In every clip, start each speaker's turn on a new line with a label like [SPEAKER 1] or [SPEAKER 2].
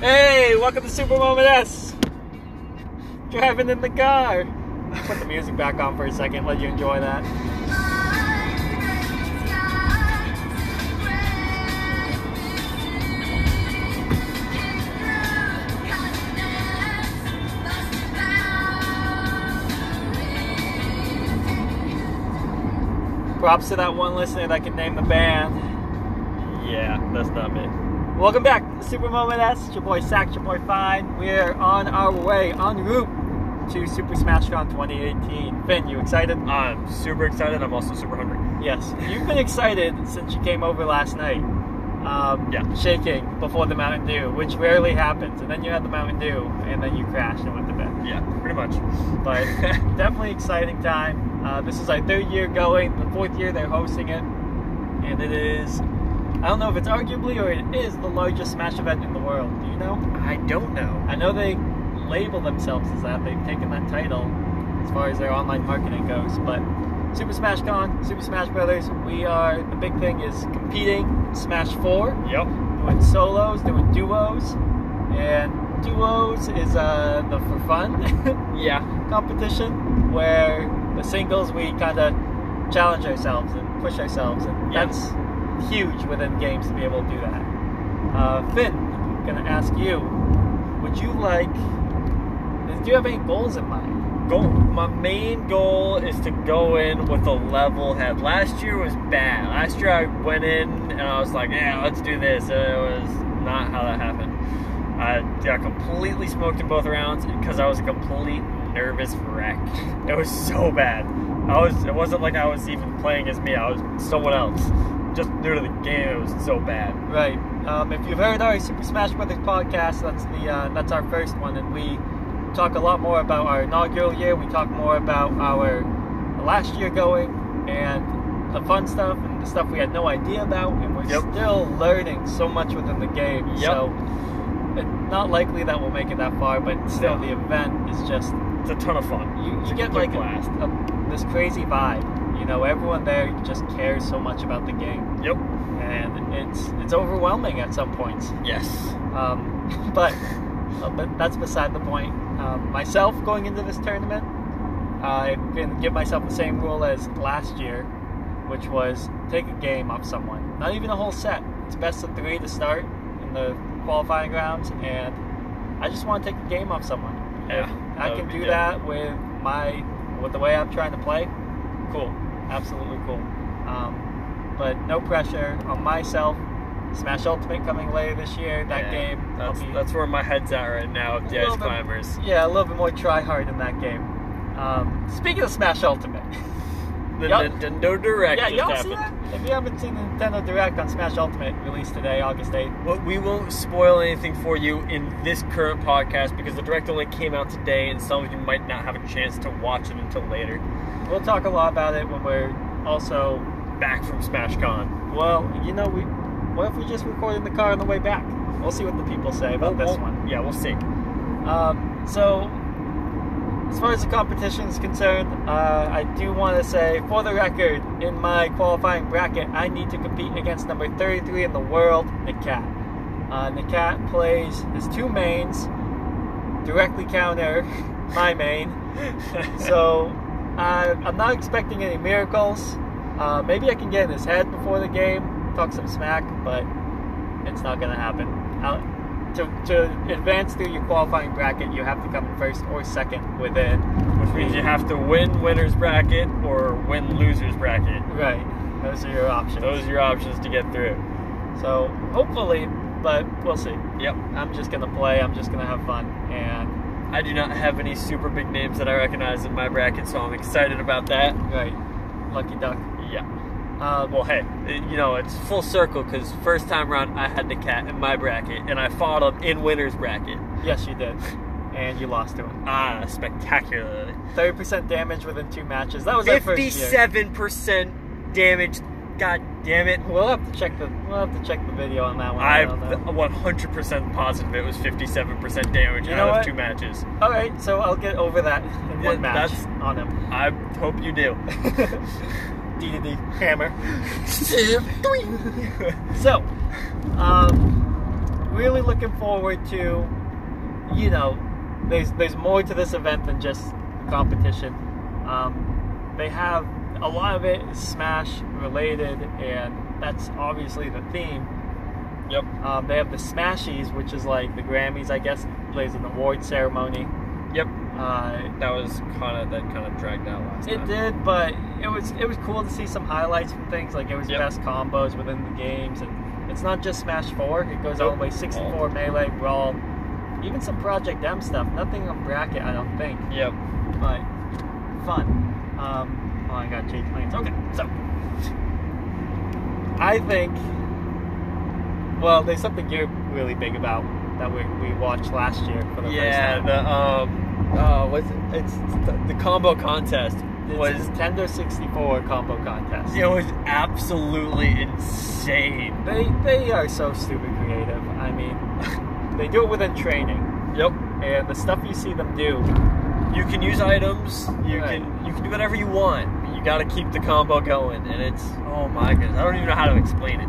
[SPEAKER 1] Hey, welcome to Super Moment S. Driving in the car. Put the music back on for a second, let you enjoy that. Props to that one listener that can name the band.
[SPEAKER 2] Yeah, that's not me.
[SPEAKER 1] Welcome back to Super Moment S. Your boy Sack, your boy Fine. We're on our way, en route to Super Smash Con 2018. Ben, you excited?
[SPEAKER 2] I'm super excited. I'm also super hungry.
[SPEAKER 1] Yes, you've been excited since you came over last night. Um,
[SPEAKER 2] Yeah.
[SPEAKER 1] Shaking before the Mountain Dew, which rarely happens. And then you had the Mountain Dew, and then you crashed and went to bed.
[SPEAKER 2] Yeah, pretty much.
[SPEAKER 1] But definitely exciting time. Uh, this is our third year going, the fourth year they're hosting it. And it is, I don't know if it's arguably or it is the largest Smash event in the world. Do you know?
[SPEAKER 2] I don't know.
[SPEAKER 1] I know they label themselves as that. They've taken that title as far as their online marketing goes. But Super Smash Con, Super Smash Brothers, we are the big thing is competing Smash Four,
[SPEAKER 2] Yep.
[SPEAKER 1] doing solos, doing duos, and duos is uh, the for fun
[SPEAKER 2] Yeah.
[SPEAKER 1] competition where the singles we kind of challenge ourselves and push ourselves, and
[SPEAKER 2] Yeah.
[SPEAKER 1] that's huge within games to be able to do that. Uh, Finn, I'm gonna ask you, would you like? Do you have any goals in mind?
[SPEAKER 2] Goal. My main goal is to go in with a level head. Last year was bad. Last year I went in and I was like, yeah, let's do this. And it was not how that happened. I got completely smoked in both rounds because I was a complete nervous wreck. It was so bad. I was. It wasn't like I was even playing as me. I was someone else. Just new to the game. It was so bad.
[SPEAKER 1] Right. Um, if you've heard our Super Smash Brothers podcast, that's the uh, that's our first one, and we talk a lot more about our inaugural year. We talk more about our last year going and the fun stuff and the stuff we had no idea about, and we're
[SPEAKER 2] Yep.
[SPEAKER 1] still learning so much within the game.
[SPEAKER 2] Yep.
[SPEAKER 1] So it's not likely that we'll make it that far, but still, the event is just
[SPEAKER 2] It's a ton of fun.
[SPEAKER 1] you,
[SPEAKER 2] It's
[SPEAKER 1] you
[SPEAKER 2] a
[SPEAKER 1] get
[SPEAKER 2] complete
[SPEAKER 1] like a, a- this crazy vibe. You know, everyone there just cares so much about the game,
[SPEAKER 2] Yep.
[SPEAKER 1] and it's it's overwhelming at some points.
[SPEAKER 2] Yes.
[SPEAKER 1] Um, but, uh, but that's beside the point. Um, myself going into this tournament, I can give myself the same rule as last year, which was take a game off someone. Not even a whole set. It's best of three to start in the qualifying rounds, and I just want to take a game off someone.
[SPEAKER 2] Yeah,
[SPEAKER 1] If
[SPEAKER 2] that
[SPEAKER 1] I
[SPEAKER 2] would
[SPEAKER 1] can
[SPEAKER 2] be
[SPEAKER 1] do
[SPEAKER 2] good.
[SPEAKER 1] that with my with the way I'm trying to play. Cool, absolutely cool. Um, but no pressure on myself. Smash Ultimate coming later this year. That
[SPEAKER 2] Yeah,
[SPEAKER 1] game. I'll
[SPEAKER 2] That's,
[SPEAKER 1] be-
[SPEAKER 2] that's where my head's at right now with
[SPEAKER 1] A
[SPEAKER 2] the
[SPEAKER 1] little
[SPEAKER 2] Ice
[SPEAKER 1] bit-
[SPEAKER 2] Climbers.
[SPEAKER 1] yeah, a little bit more try hard in that game. Um, speaking of Smash Ultimate,
[SPEAKER 2] The
[SPEAKER 1] Y'all-
[SPEAKER 2] Nintendo Direct
[SPEAKER 1] yeah,
[SPEAKER 2] just
[SPEAKER 1] y'all see
[SPEAKER 2] happened.
[SPEAKER 1] that? If you haven't seen the Nintendo Direct on Smash Ultimate released today, August 8th,
[SPEAKER 2] Well, we won't spoil anything for you in this current podcast because the Direct only came out today and some of you might not have a chance to watch it until later.
[SPEAKER 1] we'll talk a lot about it when we're also.
[SPEAKER 2] Back from Smash Con.
[SPEAKER 1] Well, you know, we what if we just record in the car on the way back? We'll see what the people say about
[SPEAKER 2] We'll-
[SPEAKER 1] this one.
[SPEAKER 2] Yeah, we'll see.
[SPEAKER 1] Um, so, as far as the competition is concerned, uh, I do want to say, for the record, in my qualifying bracket, I need to compete against number 33 in the world, Nakat. Uh, Nakat plays his two mains, directly counter my main. So, I, I'm not expecting any miracles. Uh, maybe I can get in his head before the game, talk some smack, but it's not going to happen. I'll, to, to advance through your qualifying bracket, you have to come in first or second within.
[SPEAKER 2] Which means you have to win winner's bracket or win loser's bracket.
[SPEAKER 1] Right. Those are your options.
[SPEAKER 2] Those are your options to get through.
[SPEAKER 1] So hopefully, but we'll see.
[SPEAKER 2] Yep.
[SPEAKER 1] I'm just going to play. I'm just going to have fun. And,
[SPEAKER 2] I do not have any super big names that I recognize in my bracket, so I'm excited about that.
[SPEAKER 1] right. Lucky duck.
[SPEAKER 2] Yeah.
[SPEAKER 1] Uh,
[SPEAKER 2] Well, hey, you know, it's full circle because first time around I had the cat in my bracket and I fought him in winner's bracket.
[SPEAKER 1] yes, you did. And you lost to him.
[SPEAKER 2] Ah, spectacularly.
[SPEAKER 1] 30% damage within two matches. That was our first year.
[SPEAKER 2] 57% damage. God damn it.
[SPEAKER 1] We'll have to check the we'll have to check the video on that one. I
[SPEAKER 2] I'm
[SPEAKER 1] don't know.
[SPEAKER 2] 100% positive it was 57% damage
[SPEAKER 1] You
[SPEAKER 2] out
[SPEAKER 1] know
[SPEAKER 2] of
[SPEAKER 1] what?
[SPEAKER 2] two matches.
[SPEAKER 1] All right, so I'll get over that in
[SPEAKER 2] Yeah,
[SPEAKER 1] one match
[SPEAKER 2] that's-
[SPEAKER 1] on him.
[SPEAKER 2] I hope you do.
[SPEAKER 1] D to D hammer. so, um, we really looking forward to, you know, there's there's more to this event than just competition. Um, they have a lot of it is Smash related, and that's obviously the theme.
[SPEAKER 2] Yep.
[SPEAKER 1] Um, they have the Smashies, which is like the Grammys, I guess. Plays an award ceremony.
[SPEAKER 2] Yep.
[SPEAKER 1] Uh,
[SPEAKER 2] That was kind of that kind of dragged out last
[SPEAKER 1] it
[SPEAKER 2] time.
[SPEAKER 1] did, but it was it was cool to see some highlights from things like it was
[SPEAKER 2] Yep.
[SPEAKER 1] best combos within the games, and it's not just Smash Four. It goes all the way
[SPEAKER 2] Nope.
[SPEAKER 1] 64 melee brawl, even some Project M stuff. Nothing on bracket, I don't think,
[SPEAKER 2] Yep.
[SPEAKER 1] but fun. Um, oh, I got change lanes. Okay, so I think well, there's something you're really big about that we, we watched last year for the
[SPEAKER 2] Yeah.
[SPEAKER 1] first time.
[SPEAKER 2] The um. Uh, what's it? it's the, the combo contest
[SPEAKER 1] It's
[SPEAKER 2] was
[SPEAKER 1] Nintendo 64 combo contest.
[SPEAKER 2] it was absolutely insane.
[SPEAKER 1] They they are so stupid creative. I mean, they do it within training,
[SPEAKER 2] Yep.
[SPEAKER 1] and the stuff you see them do.
[SPEAKER 2] You can use items. You
[SPEAKER 1] Right.
[SPEAKER 2] can you can do whatever you want. But you got to keep the combo going, and it's oh my goodness. I don't even know how to explain it.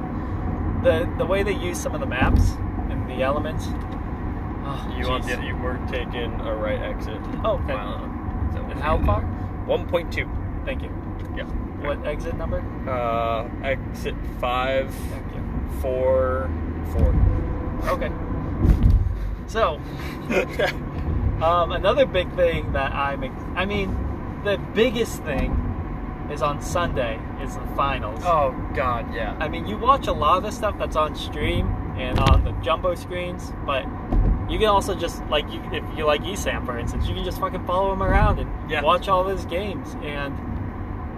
[SPEAKER 1] The the way they use some of the maps and the elements. Oh,
[SPEAKER 2] You on
[SPEAKER 1] jeez.
[SPEAKER 2] the, you were taking a right exit.
[SPEAKER 1] Oh, okay.
[SPEAKER 2] Wow. So
[SPEAKER 1] And how far?
[SPEAKER 2] One point two.
[SPEAKER 1] Thank you.
[SPEAKER 2] Yeah.
[SPEAKER 1] What exit number?
[SPEAKER 2] Uh, exit five,
[SPEAKER 1] Thank you.
[SPEAKER 2] four, four.
[SPEAKER 1] Okay. So, um, another big thing that I'm, ex- I mean, the biggest thing is on Sunday is the finals.
[SPEAKER 2] oh God, yeah.
[SPEAKER 1] I mean, you watch a lot of the stuff that's on stream and on the jumbo screens, but you can also just like you, if you like E ESAM, for instance, you can just fucking follow him around and
[SPEAKER 2] Yeah.
[SPEAKER 1] watch all of his games, and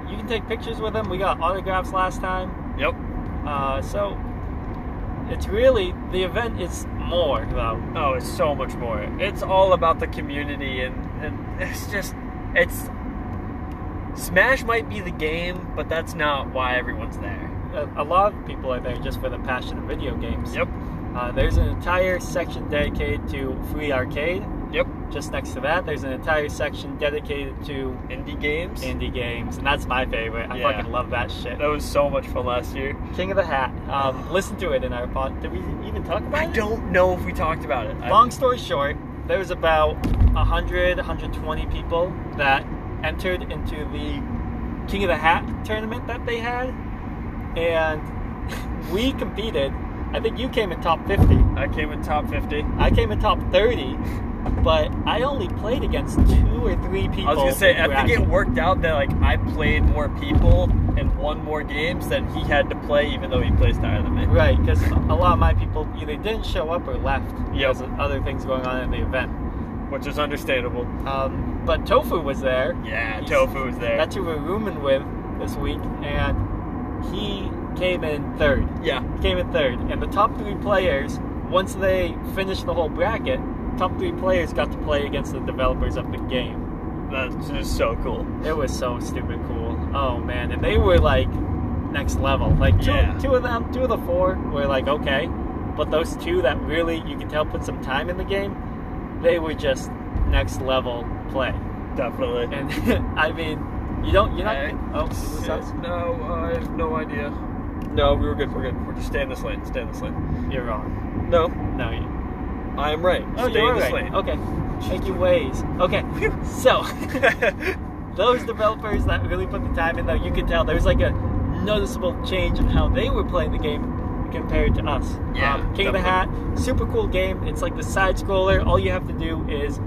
[SPEAKER 1] you can take pictures with him. We got autographs last time,
[SPEAKER 2] Yep.
[SPEAKER 1] uh, so it's really the event is more though.
[SPEAKER 2] Oh, it's so much more. It's all about the community, and and it's just it's. Smash might be the game, but that's not why everyone's there.
[SPEAKER 1] A, a lot of people are there just for the passion of video games.
[SPEAKER 2] Yep.
[SPEAKER 1] Uh, there's an entire section dedicated to free arcade.
[SPEAKER 2] Yep.
[SPEAKER 1] Just next to that, there's an entire section dedicated to
[SPEAKER 2] Indie games.
[SPEAKER 1] indie games, and that's my favorite. I
[SPEAKER 2] Yeah.
[SPEAKER 1] fucking love that shit.
[SPEAKER 2] that was so much fun last year.
[SPEAKER 1] King of the Hat. Um, listen to it in our pod. Did we even talk about
[SPEAKER 2] I
[SPEAKER 1] it?
[SPEAKER 2] don't know if we talked about it. I-
[SPEAKER 1] Long story short, there was about 100, 120 people that entered into the King of the Hat tournament that they had, and we competed. I think you came in top 50.
[SPEAKER 2] I came in top 50.
[SPEAKER 1] I came in top 30, but I only played against two or three people.
[SPEAKER 2] I was gonna say,
[SPEAKER 1] in
[SPEAKER 2] I think
[SPEAKER 1] bracket.
[SPEAKER 2] it worked out that like I played more people and won more games than he had to play, even though he plays higher than me.
[SPEAKER 1] Right, because a lot of my people either didn't show up or left
[SPEAKER 2] Yep.
[SPEAKER 1] because of other things going on in the event.
[SPEAKER 2] which is understandable.
[SPEAKER 1] Um, but Tofu was there.
[SPEAKER 2] Yeah,
[SPEAKER 1] He's-
[SPEAKER 2] Tofu was there.
[SPEAKER 1] That's who we're rooming with this week, and he came in third.
[SPEAKER 2] yeah,
[SPEAKER 1] He came in third, and the top three players, once they finished the whole bracket, top three players got to play against the developers of the game.
[SPEAKER 2] that's just so cool.
[SPEAKER 1] It was so stupid cool. Oh man, and they were like next level. Like two,
[SPEAKER 2] Yeah.
[SPEAKER 1] two of them, two of the four were like okay, but those two that really you could tell put some time in the game, they were just next level play.
[SPEAKER 2] Definitely.
[SPEAKER 1] And I mean, you don't, you're not. oh, who's that?
[SPEAKER 2] no, I have no idea. No, we were good. We're good. We're just stay in this lane. Stay in this lane.
[SPEAKER 1] You're wrong.
[SPEAKER 2] No,
[SPEAKER 1] No, you.
[SPEAKER 2] I am right.
[SPEAKER 1] Oh,
[SPEAKER 2] stay
[SPEAKER 1] you
[SPEAKER 2] in
[SPEAKER 1] are
[SPEAKER 2] this
[SPEAKER 1] right.
[SPEAKER 2] lane.
[SPEAKER 1] Okay. Thank you, Waze. Okay. So, Oh. those developers that really put the time in, though, you could tell there was like a noticeable change in how they were playing the game compared to us. Um,
[SPEAKER 2] Yeah,
[SPEAKER 1] King of the Hat, super cool game. It's like the side scroller. All you have to do is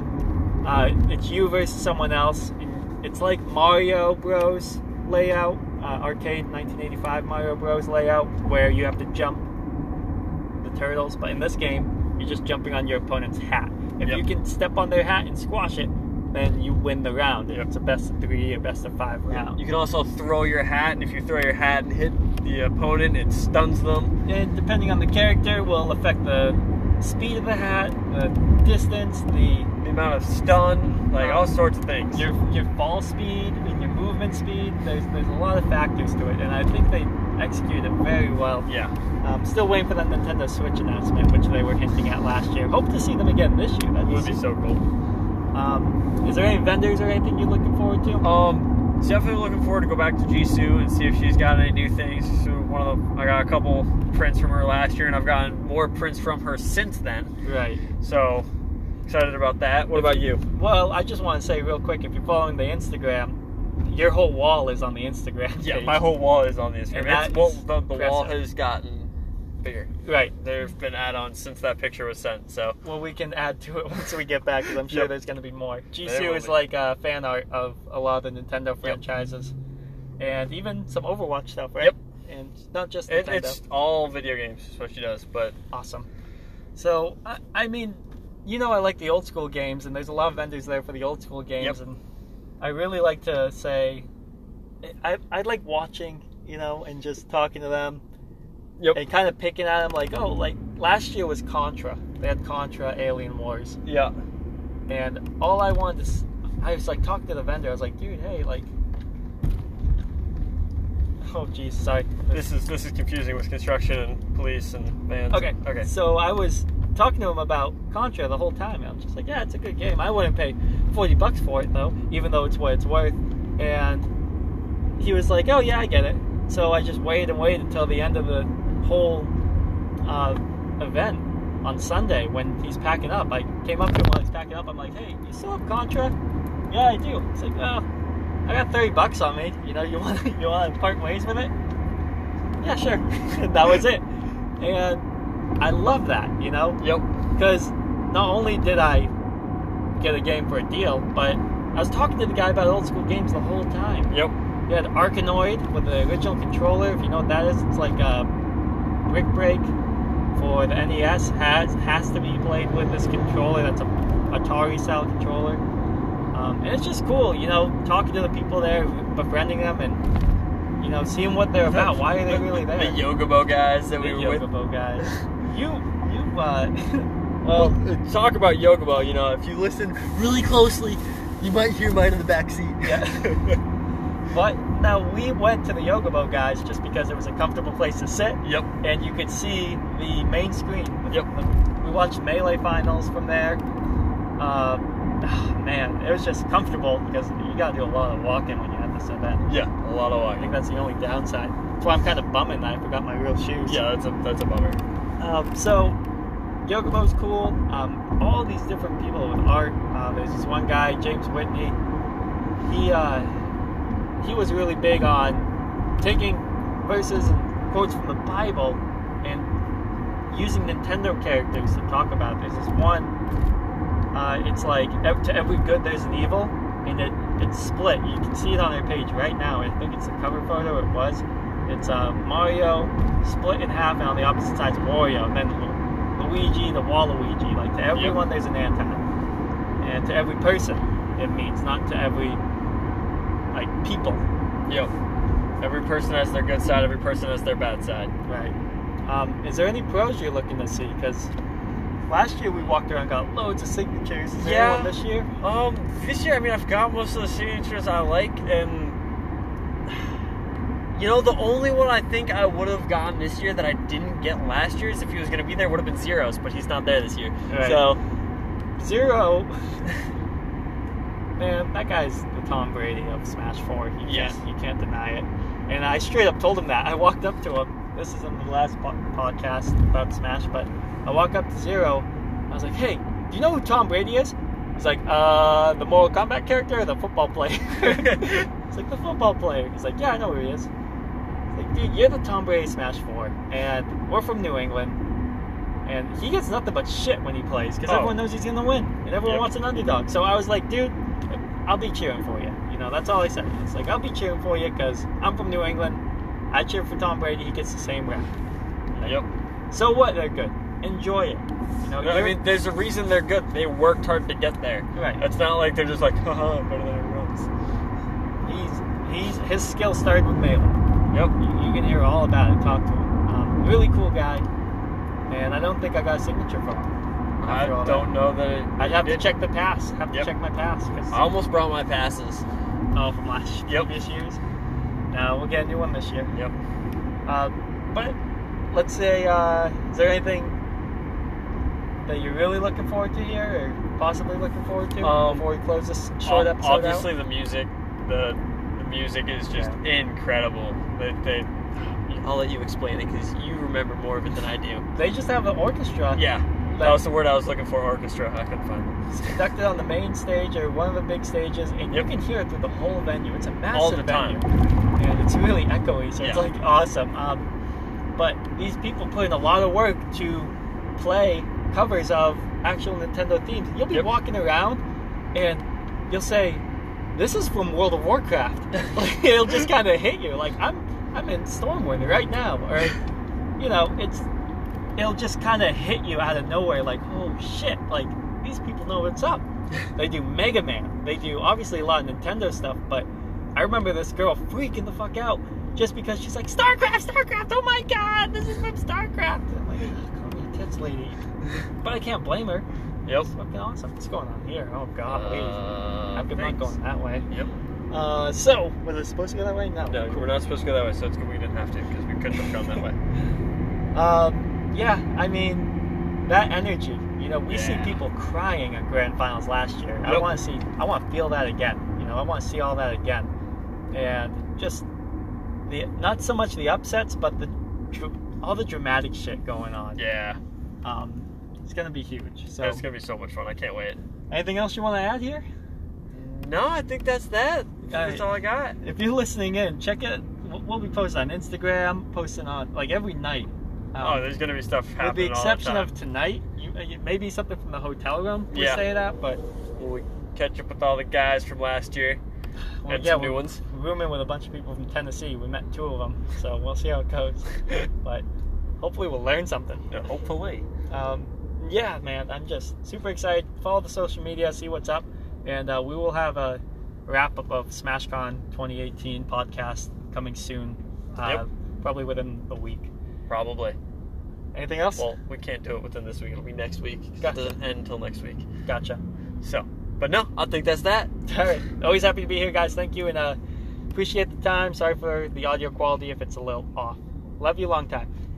[SPEAKER 1] uh, it's you versus someone else. It's like Mario Bros. layout, uh, arcade 1985 Mario Bros. layout, where you have to jump the turtles. But in this game, you're just jumping on your opponent's hat. If
[SPEAKER 2] Yep.
[SPEAKER 1] you can step on their hat and squash it, then you win the round.
[SPEAKER 2] Yep.
[SPEAKER 1] It's a best of three, a best of five round.
[SPEAKER 2] You can also throw your hat, and if you throw your hat and hit the opponent, it stuns them.
[SPEAKER 1] and depending on the character, will affect the speed of the hat, the distance, the
[SPEAKER 2] the amount of stun, like all sorts of things.
[SPEAKER 1] your your fall speed and your movement speed. There's there's a lot of factors to it, and I think they execute it very well.
[SPEAKER 2] yeah,
[SPEAKER 1] Um, still waiting for that Nintendo Switch announcement, which they were hinting at last year. Hope to see them again this year. That
[SPEAKER 2] it would be so cool.
[SPEAKER 1] Um, is there any vendors or anything you're looking forward to?
[SPEAKER 2] Um, So definitely looking forward to go back to Jisoo and see if she's got any new things. So one of the, I got a couple prints from her last year, and I've gotten more prints from her since then.
[SPEAKER 1] Right.
[SPEAKER 2] So excited about that. What about you?
[SPEAKER 1] Well, I just want to say real quick, if you're following the Instagram, your whole wall is on the Instagram.
[SPEAKER 2] Yeah,
[SPEAKER 1] page.
[SPEAKER 2] my whole wall is on the Instagram.
[SPEAKER 1] And
[SPEAKER 2] It's-
[SPEAKER 1] that
[SPEAKER 2] well,
[SPEAKER 1] is
[SPEAKER 2] the, the wall
[SPEAKER 1] impressive.
[SPEAKER 2] has gotten bigger.
[SPEAKER 1] Right.
[SPEAKER 2] There've been add-ons since that picture was sent. So
[SPEAKER 1] Well, we can add to it once we get back because I'm sure
[SPEAKER 2] Yep.
[SPEAKER 1] there's going to be more.
[SPEAKER 2] will
[SPEAKER 1] Jisoo is
[SPEAKER 2] be.
[SPEAKER 1] like uh, fan art of a lot of the Nintendo franchises, and even some Overwatch stuff, right?
[SPEAKER 2] Yep.
[SPEAKER 1] And not just
[SPEAKER 2] it,
[SPEAKER 1] Nintendo.
[SPEAKER 2] it's all video games. Is what she does. But
[SPEAKER 1] awesome. So I, I mean, you know, I like the old school games, and there's a lot of vendors there for the old school games, and I really like to say, I I like watching, you know, and just talking to them
[SPEAKER 2] yep,
[SPEAKER 1] and kind of picking at them, like, oh, like last year was Contra. They had Contra, Alien Wars,
[SPEAKER 2] yeah,
[SPEAKER 1] and all I wanted to, s- I was like, talking to the vendor. I was like, dude, hey, like. Oh geez, sorry.
[SPEAKER 2] this is this is confusing with construction and police and vans.
[SPEAKER 1] Okay.
[SPEAKER 2] okay.
[SPEAKER 1] So I was talking to him about Contra the whole time. and I'm just like, yeah, it's a good game. I wouldn't pay 40 bucks for it though, even though it's what it's worth. And he was like, oh yeah, I get it. So I just waited and waited until the end of the whole uh, event on Sunday when he's packing up. I came up to him while he's packing up. I'm like, hey, you still have Contra? Yeah, I do. It's like, well, I got 30 bucks on me. You know, you want you want to part ways with it? Yeah, sure. that was it. And I love that, you know,
[SPEAKER 2] Yep.
[SPEAKER 1] because not only did I get a game for a deal, but I was talking to the guy about old school games the whole time.
[SPEAKER 2] Yep.
[SPEAKER 1] You had Arkanoid with the original controller. If you know what that is, it's like a brick break for the NES. Has has to be played with this controller. That's a Atari style controller. Um, and it's just cool, you know, talking to the people there, befriending them, and you know, seeing what they're about. Why are they really there?
[SPEAKER 2] The Yoga Bo guys that
[SPEAKER 1] The
[SPEAKER 2] we were with.
[SPEAKER 1] Yoga Bow guys. You, you, uh,
[SPEAKER 2] Well,
[SPEAKER 1] Oh.
[SPEAKER 2] uh, talk about yoga ball. You know, if you listen really closely, you might hear mine in the back seat. Yeah.
[SPEAKER 1] but now we went to the Yoga Bow guys just because it was a comfortable place to sit,
[SPEAKER 2] yep.
[SPEAKER 1] and you could see the main screen.
[SPEAKER 2] Yep.
[SPEAKER 1] We watched melee finals from there. Uh, ah, man, it was just comfortable because you gotta do a lot of walking when you have this event.
[SPEAKER 2] Yeah. A lot of
[SPEAKER 1] I think
[SPEAKER 2] walking.
[SPEAKER 1] that's the only downside. That's why I'm kind of bumming that I forgot my real shoes.
[SPEAKER 2] Yeah, that's a that's a bummer.
[SPEAKER 1] Um, so, Yokobo's cool. Um, all these different people with art. Uh, there's this one guy, James Whitney. He uh, he was really big on taking verses and quotes from the Bible and using Nintendo characters to talk about. There's this one. Uh, it's like ev- to every good there's an evil, and it it's split. You can see it on their page right now. I think it's the cover photo. It was. It's uh, Mario split in half, and on the opposite side's Wario, and then Lu- Luigi, the Waluigi. Like to everyone, there's an anti, and to every person, it means not to every like people,
[SPEAKER 2] Yep. Every person has their good side. Every person has their bad side.
[SPEAKER 1] right? Um, is there any pros you're looking to see? Because last year we walked around, got loads of signatures. Is there
[SPEAKER 2] Yeah.
[SPEAKER 1] anyone this year?
[SPEAKER 2] Um, this year, I mean, I've got most of the signatures I like, and you know, the only one I think I would have gotten this year that I didn't get last year is if he was going to be there would have been zeros, but he's not there this year.
[SPEAKER 1] Right.
[SPEAKER 2] So
[SPEAKER 1] Zero. Man, that guy's the Tom Brady of Smash Four. You
[SPEAKER 2] Yeah.
[SPEAKER 1] can't, you can't deny it. And I straight up told him that. I walked up to him. This is in the last po- podcast about Smash, but I walk up to Zero. I was like, "Hey, do you know who Tom Brady is?" He's like, "Uh, the Mortal Kombat character or the football player?" it's like the football player. He's like, "Yeah, I know who he is." It's like, dude, you're the Tom Brady of Smash Four, and we're from New England. And he gets nothing but shit when he plays because
[SPEAKER 2] Oh.
[SPEAKER 1] everyone knows he's gonna win, and everyone
[SPEAKER 2] Yep.
[SPEAKER 1] wants an underdog. So I was like, dude, I'll be cheering for you. You know, that's all I said. It's like I'll be cheering for you because I'm from New England. I cheer for Tom Brady. He gets the same rap.
[SPEAKER 2] yep.
[SPEAKER 1] So what? They're good. Enjoy it. You know,
[SPEAKER 2] I
[SPEAKER 1] you're-
[SPEAKER 2] mean, there's a reason they're good. They worked hard to get there.
[SPEAKER 1] Right.
[SPEAKER 2] It's not like they're just like, haha, I'm better than everyone else.
[SPEAKER 1] he's he's his skill started with melee.
[SPEAKER 2] Yep.
[SPEAKER 1] you, you can hear all about it. Talk to him. Um, really cool guy, and I don't think I got a signature from him.
[SPEAKER 2] I
[SPEAKER 1] after all
[SPEAKER 2] don't
[SPEAKER 1] that.
[SPEAKER 2] know that it,
[SPEAKER 1] I'd have to
[SPEAKER 2] it-
[SPEAKER 1] check the pass. Have to
[SPEAKER 2] Yep.
[SPEAKER 1] check my pass because
[SPEAKER 2] I almost brought my passes.
[SPEAKER 1] oh, from last
[SPEAKER 2] Yep.
[SPEAKER 1] previous years. No, we'll get a new one this year.
[SPEAKER 2] Yep.
[SPEAKER 1] Uh, but let's say, uh, is there anything that you're really looking forward to here, or possibly looking forward to
[SPEAKER 2] Um,
[SPEAKER 1] before we close this short
[SPEAKER 2] Ob-
[SPEAKER 1] episode? out?
[SPEAKER 2] Obviously, the music, the, the music is just incredible. They, they, I'll let you explain it because you remember more of it than I do.
[SPEAKER 1] They just have an orchestra.
[SPEAKER 2] Yeah, that was the word I was looking for. Orchestra. I couldn't find
[SPEAKER 1] It's
[SPEAKER 2] it.
[SPEAKER 1] conducted on the main stage or one of the big stages, and
[SPEAKER 2] Yep.
[SPEAKER 1] you can hear it through the whole venue. It's a massive
[SPEAKER 2] All the time.
[SPEAKER 1] venue, and it's really echoey, so it's
[SPEAKER 2] Yeah.
[SPEAKER 1] like awesome. Um, but these people put in a lot of work to play covers of actual Nintendo themes. You'll be
[SPEAKER 2] Yep.
[SPEAKER 1] walking around, and you'll say, "This is from World of Warcraft." like, it'll just kind of hit you. Like I'm, I'm in Stormwind right now, or you know, it's it'll just kind of hit you out of nowhere like oh shit like these people know what's up they do mega man they do obviously a lot of nintendo stuff but i remember this girl freaking the fuck out just because she's like starcraft starcraft oh my god this is from starcraft i'm like "Ugh, call me a tits lady but i can't blame her
[SPEAKER 2] Yep.
[SPEAKER 1] it's fucking awesome what's going on here oh god wait.
[SPEAKER 2] Uh,
[SPEAKER 1] i'm not
[SPEAKER 2] thanks.
[SPEAKER 1] going that way
[SPEAKER 2] Yep.
[SPEAKER 1] uh so was it supposed to go that way no
[SPEAKER 2] No, we're not supposed to go that way, so it's good we didn't have to because we couldn't have gone that way.
[SPEAKER 1] Um, yeah, I mean, that energy. You know, we
[SPEAKER 2] Yeah.
[SPEAKER 1] see people crying at grand finals last year. I
[SPEAKER 2] Yep.
[SPEAKER 1] want to see, I want to feel that again. You know, I want to see all that again, and just the not so much the upsets, but the dr- all the dramatic shit going on.
[SPEAKER 2] Yeah,
[SPEAKER 1] Um, it's gonna be huge. So,
[SPEAKER 2] that's gonna be so much fun. I can't wait.
[SPEAKER 1] anything else you want to add here?
[SPEAKER 2] No, I think that's that. I think
[SPEAKER 1] Alright.
[SPEAKER 2] That's all I got.
[SPEAKER 1] If you're listening in, check it. We'll we'll be posting on Instagram, posting on like every night. Um,
[SPEAKER 2] oh, there's gonna be stuff happening.
[SPEAKER 1] with the exception
[SPEAKER 2] all the
[SPEAKER 1] of tonight, you, uh, you- maybe something from the hotel room we
[SPEAKER 2] Yeah.
[SPEAKER 1] say that, but
[SPEAKER 2] time. when we catch up with all the guys from last year
[SPEAKER 1] well,
[SPEAKER 2] and
[SPEAKER 1] yeah,
[SPEAKER 2] some new
[SPEAKER 1] we're
[SPEAKER 2] ones.
[SPEAKER 1] rooming with a bunch of people from Tennessee. We met two of them, so we'll see how it goes. but hopefully, we'll learn something.
[SPEAKER 2] Yeah, hopefully.
[SPEAKER 1] Um, yeah, man, I'm just super excited. Follow the social media, see what's up, and uh, we will have a wrap up of SmashCon 2018 podcast coming soon, uh,
[SPEAKER 2] Yep.
[SPEAKER 1] probably within the week.
[SPEAKER 2] Probably.
[SPEAKER 1] Anything else?
[SPEAKER 2] Well, we can't do it within this week. It'll be next week. 'cause
[SPEAKER 1] Gotcha.
[SPEAKER 2] It doesn't end until next week.
[SPEAKER 1] gotcha.
[SPEAKER 2] So, but no, I think that's that.
[SPEAKER 1] All right. Always happy to be here, guys. Thank you and uh, appreciate the time. Sorry for the audio quality if it's a little off. Love you long time.